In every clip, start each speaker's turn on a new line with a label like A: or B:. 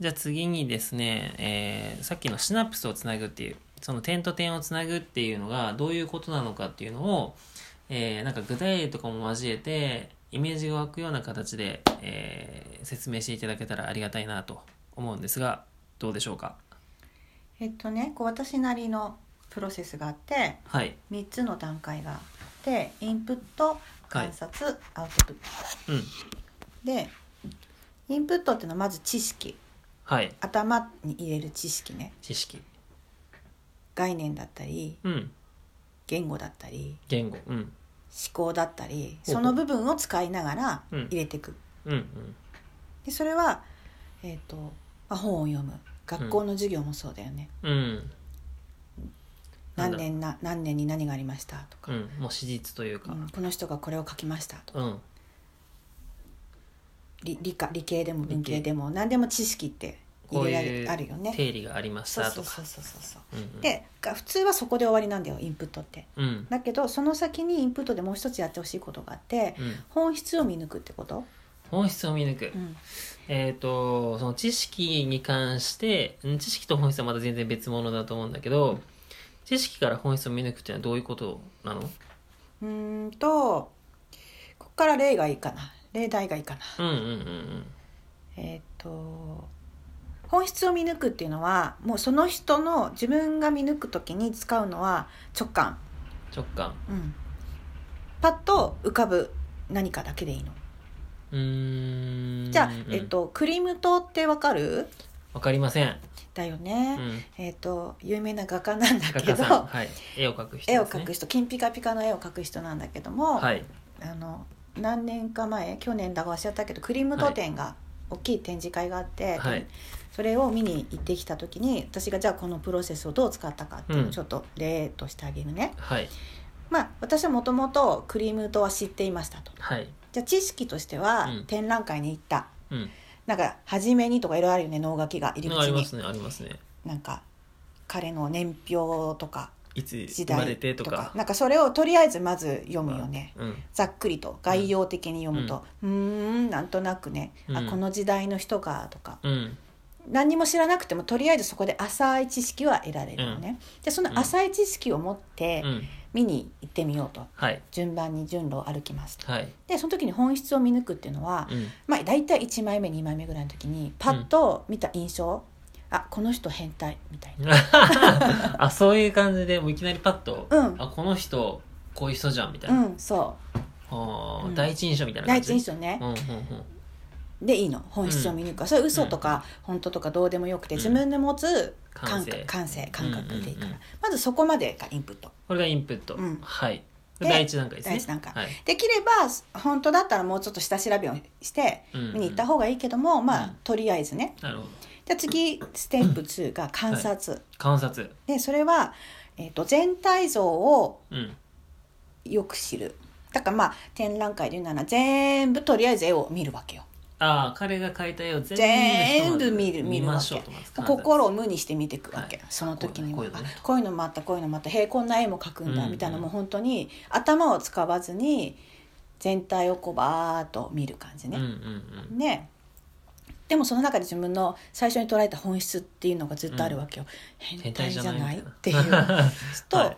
A: じゃあ次にですね、えーさっきのシナプスをつなぐっていう、その点と点をつなぐっていうのがどういうことなのかっていうのを、えーなんか具体例とかも交えて、イメージが湧くような形で、えー説明していただけたらありがたいなと思うんですが、どうでしょうか。
B: えっとねこう私なりのプロセスがあって
A: はい。
B: 3つの段階があってインプット観察、アウトプッ
A: うん。
B: トでインプットっていうのはまず知識
A: はい。
B: 頭に入れる知識ね
A: 知識。
B: 概念だったり
A: うん。
B: 言語だったり
A: 言語。うん。
B: 思考だったり
A: ほうほう
B: その部分を使いながら
A: うん
B: 入れていく、
A: うん。うん。
B: でそれは、えっとまあ、本を読む学校の授業もそうだよね、
A: うん。なんだ
B: 何
A: ろう
B: 年な何年に何がありましたとか、
A: うん。もう史実というか。
B: うんこの人がこれを書きましたとか
A: うん。
B: 理理科理系でも
A: 理系
B: 文系でも何でも知識って
A: こ
B: 入
A: う
B: れられ
A: いう
B: あるよね。
A: 定理がありまし
B: そう
A: た
B: そ
A: と
B: う
A: か
B: そう。そうそう。
A: うんうん
B: でが普通はそこで終わりなんだよインプットって。
A: うん。
B: だけどその先にインプットでもう一つやってほしいことがあって
A: うん。
B: 本質を見抜くってこと、
A: 本質を見抜く。
B: ん、
A: えっ、と、その知識に関して、うん知識と本質はまた全然別物だと思うんだけど、知識から本質を見抜くっていうのはどういうことなの
B: うーんとここから例がいいかな例題がいいかな。
A: うんうんうん
B: えーっと本質を見抜くっていうのはもうその人の自分が見抜くときに使うのは直感、
A: 直感。
B: うん、パッと浮かぶ何かだけでいいの。
A: うーん。
B: じゃあ、
A: うん
B: えっ。と、クリム島ってわかる
A: わかりません。
B: だよ
A: う
B: ね、
A: ん。
B: えっと有名な画家なんだ
A: 画
B: け
A: 家
B: ど、
A: さん。はい。絵を描く人、
B: 絵を描く人金ピカピカの絵を描く人なんだけども、
A: はい。
B: あの何年か前去年だか忘れちゃったけどクリムト展が、大きい展示会があって、
A: はい
B: それを見に行ってきた時に私がじゃあこのプロセスをどう使ったかっていうの
A: う
B: を
A: ん
B: ちょっと例としてあげるね、
A: はい。
B: まあ私はもともとクリムトは知っていましたと
A: はい。
B: じゃあ知識としては、
A: うん
B: 展覧会に行った
A: うん。
B: なんか初めにとかいろいろあるよね能書きが入り
A: あ
B: 口
A: りま
B: に
A: すね、ありますね。
B: なんか彼の年表とか
A: いつ
B: 時
A: 生まれ
B: 代
A: て
B: と
A: と
B: か
A: か。
B: なんかそれをとりあえずまず読むよね、
A: うん。
B: ざっくりと概要的に読むとうーんなんとなくね、
A: う
B: あ
A: ん
B: この時代の人かとか
A: うん。
B: 何にも知らなくてもとりあえずそこで浅い知識は得られるよね、でその浅い知識を持って
A: うん。
B: 見に行ってみようと
A: はい。
B: 順番に順路を歩きますと
A: はい。
B: でその時に本質を見抜くっていうのは、
A: うん。
B: まあ、大体1枚目2枚目ぐらいの時にパッと見た印象、あこの人変態みたいな。
A: あそういう感じでもういきなりパッと、
B: うん
A: あこの人こういう人じゃんみたいうな、
B: ん、そ
A: あー
B: うん
A: 第一印象みたいうな
B: 第
A: 感じ
B: 一印象ね、
A: うんうん
B: でいいの本質を見抜くから、それは嘘とか本当とかどうでもよくて、
A: うん
B: 自分で持つ
A: 感
B: 感
A: 性
B: 覚感性感覚でいい
A: うんう
B: から、
A: んうん
B: まずそこまでがインプット
A: これがインプット、
B: うん
A: はい
B: で
A: 第一段階ですね
B: 第一段階
A: はい
B: できれば本当だったらもうちょっと下調べをして
A: うんうん
B: 見に行った方がいいけども、
A: う
B: ま
A: ん
B: あとりあえずね
A: なるほど
B: じゃあ次ステップ2が観察、
A: 観察
B: でそれは、えー、と全体像を
A: うん
B: よく知るだからまあ展覧会で言うなら全部とりあえず絵を見るわけよ
A: ああ彼が描いた絵を全
B: 全部見る
A: 見
B: 見る
A: ま
B: わ
A: しょう
B: け
A: とまず観察
B: 心を無にして見ていくわけ、
A: はい
B: その時に
A: こ
B: も
A: ういうのね
B: あこういうのもあったこういうのもあったへえこんな絵も描くんだ、
A: うん
B: みたいなもう本当に頭を使わずに全体をこうバーっと見る感じ
A: うん
B: ね
A: う、ん
B: ねでもその中で自分の最初に捉えた本質っていうのがずっとあるわけよ、
A: うん
B: 変態じゃないっ
A: み
B: て
A: た
B: い
A: な
B: うと、
A: はい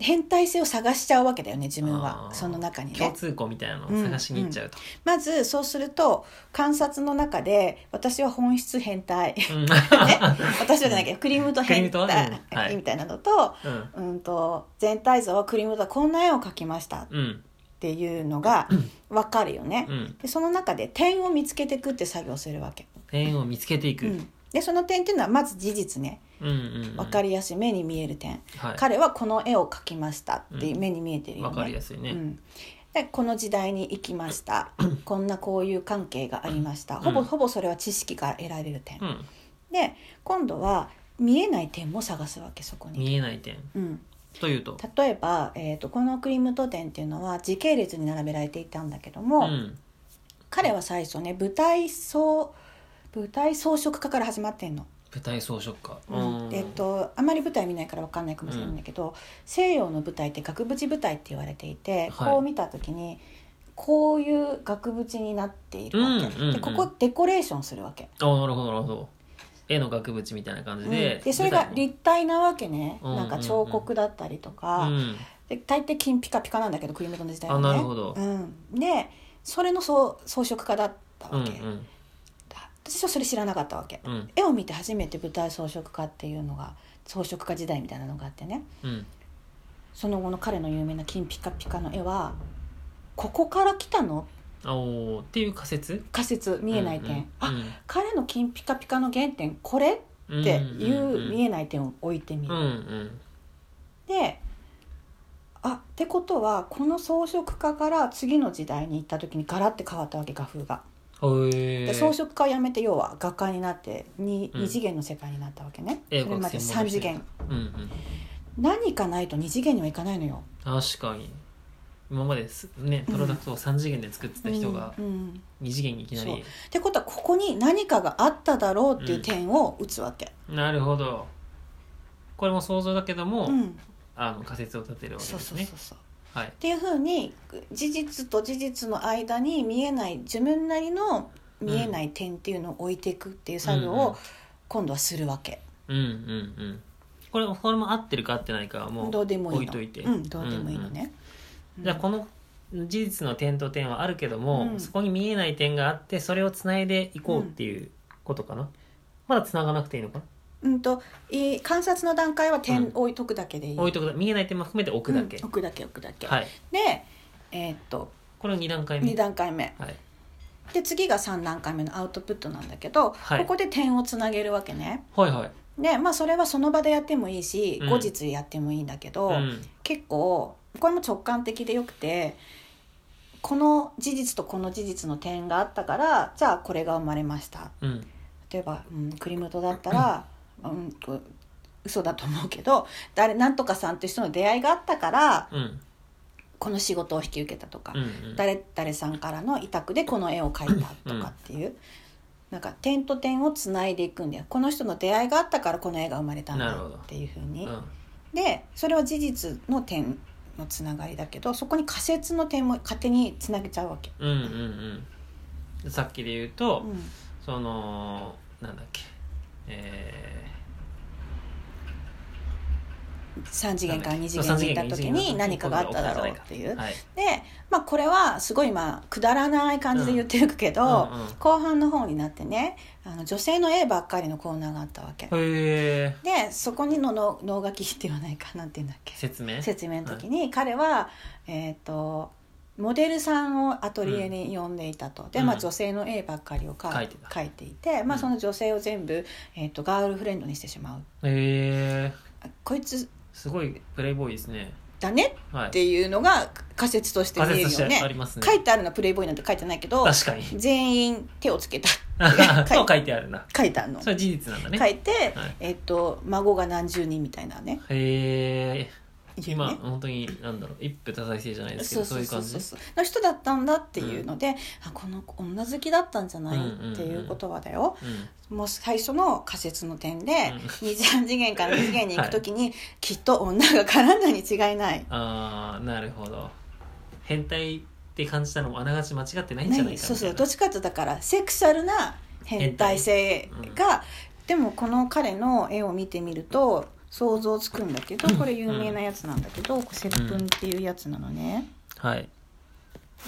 B: 変態性を探しちゃうわけだよね自分
A: あ
B: は
A: ー
B: その中に
A: 共
B: ね
A: 通項みたいなのを探しに行っちゃうと、
B: まずそうすると観察の中で私は本質変態
A: うん
B: ね私はじゃないけどクリームと
A: クリ
B: 変
A: ーム
B: 態
A: とうんはい
B: みたいなのと,、
A: うん
B: うん、と全体像はクリームとはこんな絵を描きましたっ
A: うん
B: ていうのが分かるよ ね、
A: うん
B: でその中で点を見つけていくって作業をするわけ、
A: 点を見つけていく、
B: う
A: うん
B: ん、でその点っていうのはまず事実ね
A: うんうん、
B: 分かりやすい目に見える点、
A: はい、
B: 彼はこの絵を描きましたって
A: うん
B: 目に見えてるよね、
A: わかりやすいね、
B: うん、でこの時代に行き ましたこんなこういう関係がありましたほぼ、
A: うん
B: ほぼそれは知識から得られる点、
A: うん、
B: で今度は見えない点も探すわけそこに、
A: 見えない点
B: うん、
A: というと
B: 例えば、えー、とこのクリームト展っていうのは時系列に並べられていたんだけど
A: う
B: も、
A: ん
B: 彼は最初ね舞台装舞台装飾家から始まってんの、
A: 舞台装飾か、
B: うんえっと、あまり舞台見ないから分かんないかもしれないんだけど、西洋の舞台って額縁舞台って言われていて、
A: はい
B: こう見た時にこういう額縁になっているわけ、
A: うんうんうん
B: でここデコレーションするわけ、
A: あなるほどなるほど絵の額縁みたいな感じで、
B: うんでそれが立体なわけね、
A: うんうんうん
B: なんか彫刻だったりと
A: 舞
B: か、
A: 台もうん
B: で大抵金ピカピカなんだけどクリムトの時代はね
A: あなるほど
B: うん、でそれの装装飾家だった
A: うん
B: わけ、私はそれ知らなかったわけ
A: うんうん
B: 絵を見て初めて舞台装飾家っていうのが装飾家時代みたいなのがあってね
A: うん
B: その後の彼の有名な金ピカピカの絵はここから来たの
A: あおーっていう仮説
B: 仮説見えない点、あ
A: っ
B: 彼の金ピカピカの原点これっていう見えない点を置いてみる、
A: うんうん
B: であってことはこの装飾家から次の時代に行った時にガラッて変わったわけ画風が、
A: うんへ
B: で
A: え
B: 装飾家をやめて要は画家になって 2,、
A: うん
B: 二次元の世界になったわけねそ
A: 絵
B: れ
A: を
B: まで3次元
A: うんうん
B: 何かないと2次元にはいかないのよ
A: 確かに今まですねプロダクトを3次元で作ってた人が
B: うんうん
A: 2次元にいきなり、
B: ってことはここに何かがあっただろうっていう点を打つわけ、
A: なるほどこれも想像だけども、
B: うん
A: あの仮説を立てるわけ
B: そう
A: です
B: そう
A: ね
B: そうそう
A: はい
B: っていうふうに事実と事実の間に見えない自分なりの見えない点っていうのを置いていくっていう作業
A: うんうん
B: を今度はするわけ、
A: うんうんうんこれこれも合ってるか合ってないかはもう
B: どうでもいいの
A: 置いといて
B: うん、どうでもいいのね、
A: じゃあこの事実の点と点はあるけども、
B: うん
A: そこに見えない点があってそれをつないでいこうっていうことかな、まだつながなくていいのかな、
B: うんといい観察の段階は
A: う
B: 点
A: ん
B: 置いとくだけでいい、
A: 置いとくだ見えない点も含めて置くだけ、
B: うん置くだけ置くだけ、
A: はい
B: でえーっと
A: これを2段階目
B: 2段階目
A: はい
B: で次が3段階目のアウトプットなんだけど、
A: はい
B: ここで点をつなげるわけね
A: はいはい
B: でまあそれはその場でやってもいいし、
A: うん
B: 後日やってもいいんだけど、
A: うん
B: 結構これも直感的でよくてこの事実とこの事実の点があったからじゃあこれが生まれました
A: うん
B: 例えば、うん、クリムトだっ たら、うん、こ嘘だと思うけど誰なんとかさんという人の出会いがあったから
A: うん
B: この仕事を引き受けたとか、
A: うん
B: 誰々さんからの委託でこの絵を描いたとかっていう、なんか点と点をつないでいくんだよこの人の出会いがあったからこの絵が生まれたん
A: な
B: だ
A: るほど
B: っていうふうに、
A: うん
B: でそれは事実の点のつながりだけどそこに仮説の点も勝手につなげちゃうわけ。
A: うんうんうんうんさっきで言うと、
B: うん
A: そのなんだっけえ
B: 3次元から2次
A: そう
B: 元
A: 三次元から二次
B: にいた時
A: 元
B: に何かがあっただろうってい
A: ー
B: う
A: はい
B: で、まあ、これはすごいまあくだらない感じで言ってるけど、
A: うんうん
B: 後半の方になってねあの女性の絵ばっかりのコーナーがあったわけ、
A: へえ
B: でそこにのの能書きって言わないかなんて言うんだっけ
A: 説明
B: 説明の時に彼は、えっ、とモデルさんをアトリエに呼んでいたと、で、まあ、
A: うん
B: 女性の絵ばっかりをか
A: 描いてた
B: 描いていて、まあ、
A: うん
B: その女性を全部、えっとガールフレンドにしてしまう
A: へえ
B: あこいつ
A: すごいプレイボーイですね
B: だね
A: はい
B: っていうのが仮説として見えるよ
A: あ
B: ね
A: りますね
B: 書いてあるのはプレイボーイなんて書いてないけど
A: 確かに
B: 全員手をつけた
A: そう 書いてあるな
B: 書いてあるの、
A: それは事実なんだね
B: 書いて、
A: はい
B: えっと孫が何十人みたいなね
A: へえ
B: いう
A: 今
B: ね
A: 本当になんだろう一夫多妻制じゃないですけ
B: そ
A: どそ
B: うそうう
A: いう
B: そ
A: 感
B: う
A: じ
B: そうの人だったんだっていうので、あこの子女好きだったんじゃない、
A: うんうんうん
B: っていうことはだよ
A: うん
B: もう最初の仮説の点で、
A: うん
B: 二3次元から2次元に行く時に、きっと女が絡んだに違いない
A: ああなるほど変態って感じたのもあながち間違ってないんじゃないかみ
B: 何
A: たいな
B: そうそうどっちかっていうとだからセクシャルな変態性
A: 変
B: が、でもこの彼の絵を見てみると想像つくんだけどこれ有名なやつなんだけど、これ接吻っていうやつなのね、
A: はい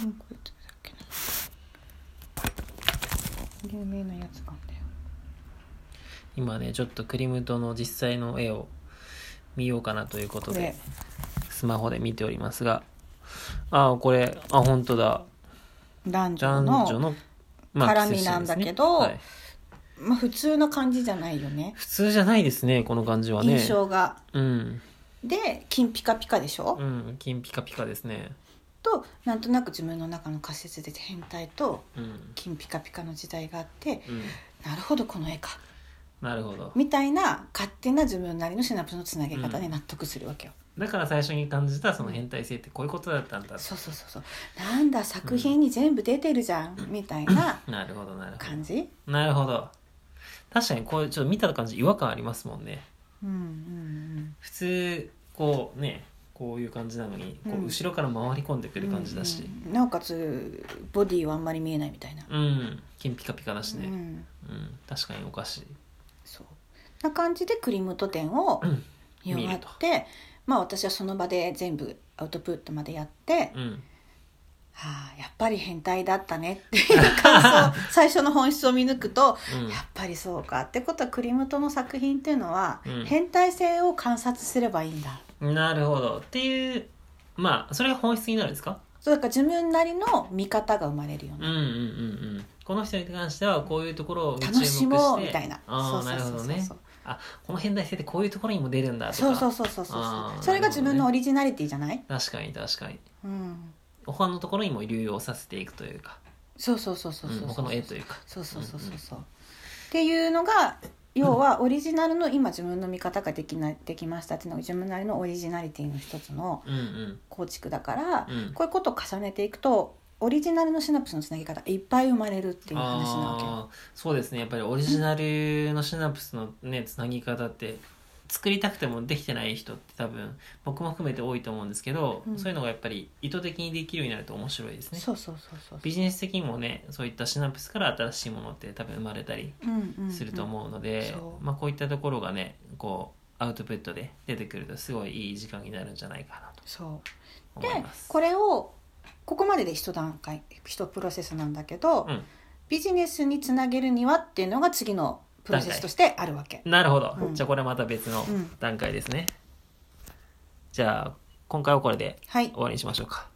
B: うんこれどれだっけな有名なやつなんだよ
A: 今ねちょっとクリムトの実際の絵を見ようかなということ
B: こ
A: で
B: れ
A: スマホで見ておりますがああこれあ本当だ
B: 男女
A: 男女
B: の
A: のまあ
B: 絡みなんだけど
A: 接種ですねはい
B: まあ普通の感じじゃないよね
A: 普通じゃないですねこの感じはね
B: 印象が
A: うん、
B: で金ピカピカでしょ、
A: うん、金ピカピカですね
B: となんとなく自分の中の仮説で変態と
A: うん、
B: 金ピカピカの時代があって
A: うん、
B: なるほどこの絵か
A: なるほど
B: みたいな勝手な自分なりのシナプスのつなげ方で納得するわけよ、
A: だから最初に感じたその変態性ってこういうことだったんだ
B: そうそうそうそうなんだ作品に全部出てるじゃん、みたいな
A: なるほどなるほ
B: 感じ
A: どなるほど確かにこうちょっと見た感じ違和感ありますもんね
B: うんうん
A: 普通こうねここういう感じなのに、こ
B: う
A: う
B: ん
A: 後ろから回り込んでくる感じだし、
B: うんうんなおかつボディはあんまり見えないみたいな、
A: うん、金ピカピカだし
B: う
A: ね、
B: ん
A: うん確かにおかしい。
B: そうな感じでクリムト展を
A: うん
B: 見終わっ
A: 見る
B: てまあ私はその場で全部アウトプットまでやって、
A: うん、
B: はあやっぱり変態だったねっていう感想最初の本質を見抜くと
A: うん
B: やっぱりそうかってことはクリムトの作品っていうのは、
A: うん
B: 変態性を観察すればいいんだ
A: なるほどっていうまあそれが本質になるんですか
B: そうだから自分なりの見方が生まれるよ
A: うん
B: ね、
A: うんうんうんこの人に関してはこういうところを注目
B: 楽
A: して
B: しもうみたいな
A: ああ
B: そ
A: な
B: う
A: る
B: そう
A: ほ
B: そう
A: ど
B: そう
A: ねこの変態性ってこういうところにも出るんだとか
B: そうそうそうそうそう
A: あー
B: それが自分の
A: なるほどね
B: オリジナリティじゃない
A: 確かに確かに
B: うん
A: 他のところにも流用させていくというか
B: そうそうそうそうそ
A: う
B: う
A: ん他の絵というか
B: そうそうそうそうそうっていうのが要はオリジナルの今自分の見方ができなできましたっていうのが自分なりのオリジナリティの一つの
A: うんうん
B: 構築だから、
A: うん
B: こういうことを重ねていくとオリジナルのシナプスのつなぎ方いっぱい生まれるっていう話なわけよ
A: あーそうですねやっぱりオリジナルのシナプスのねつなぎ方って作りたくてもできてない人って多分僕も含めて多いと思うんですけど、
B: うん
A: そういうのがやっぱり意図的にできるようになると面白いですね
B: そうそうそうそう
A: ビジネス的にもねそういったシナプスから新しいものって多分生まれたり
B: うんうんうん
A: すると思うので、
B: そう
A: まあ、こういったところがねこうアウトプットで出てくるとすごいいい時間になるんじゃないかなと
B: そ
A: 思
B: うで
A: います。
B: これをここまでで一段階一プロセスなんだけど、
A: うん
B: ビジネスにつなげるにはっていうのが次のプロセスとしてあるわけ
A: なるほど、
B: うん
A: じゃあこれまた別の
B: うん
A: 段階ですね。じゃあ今回はこれで
B: はい
A: 終わりにしましょうか。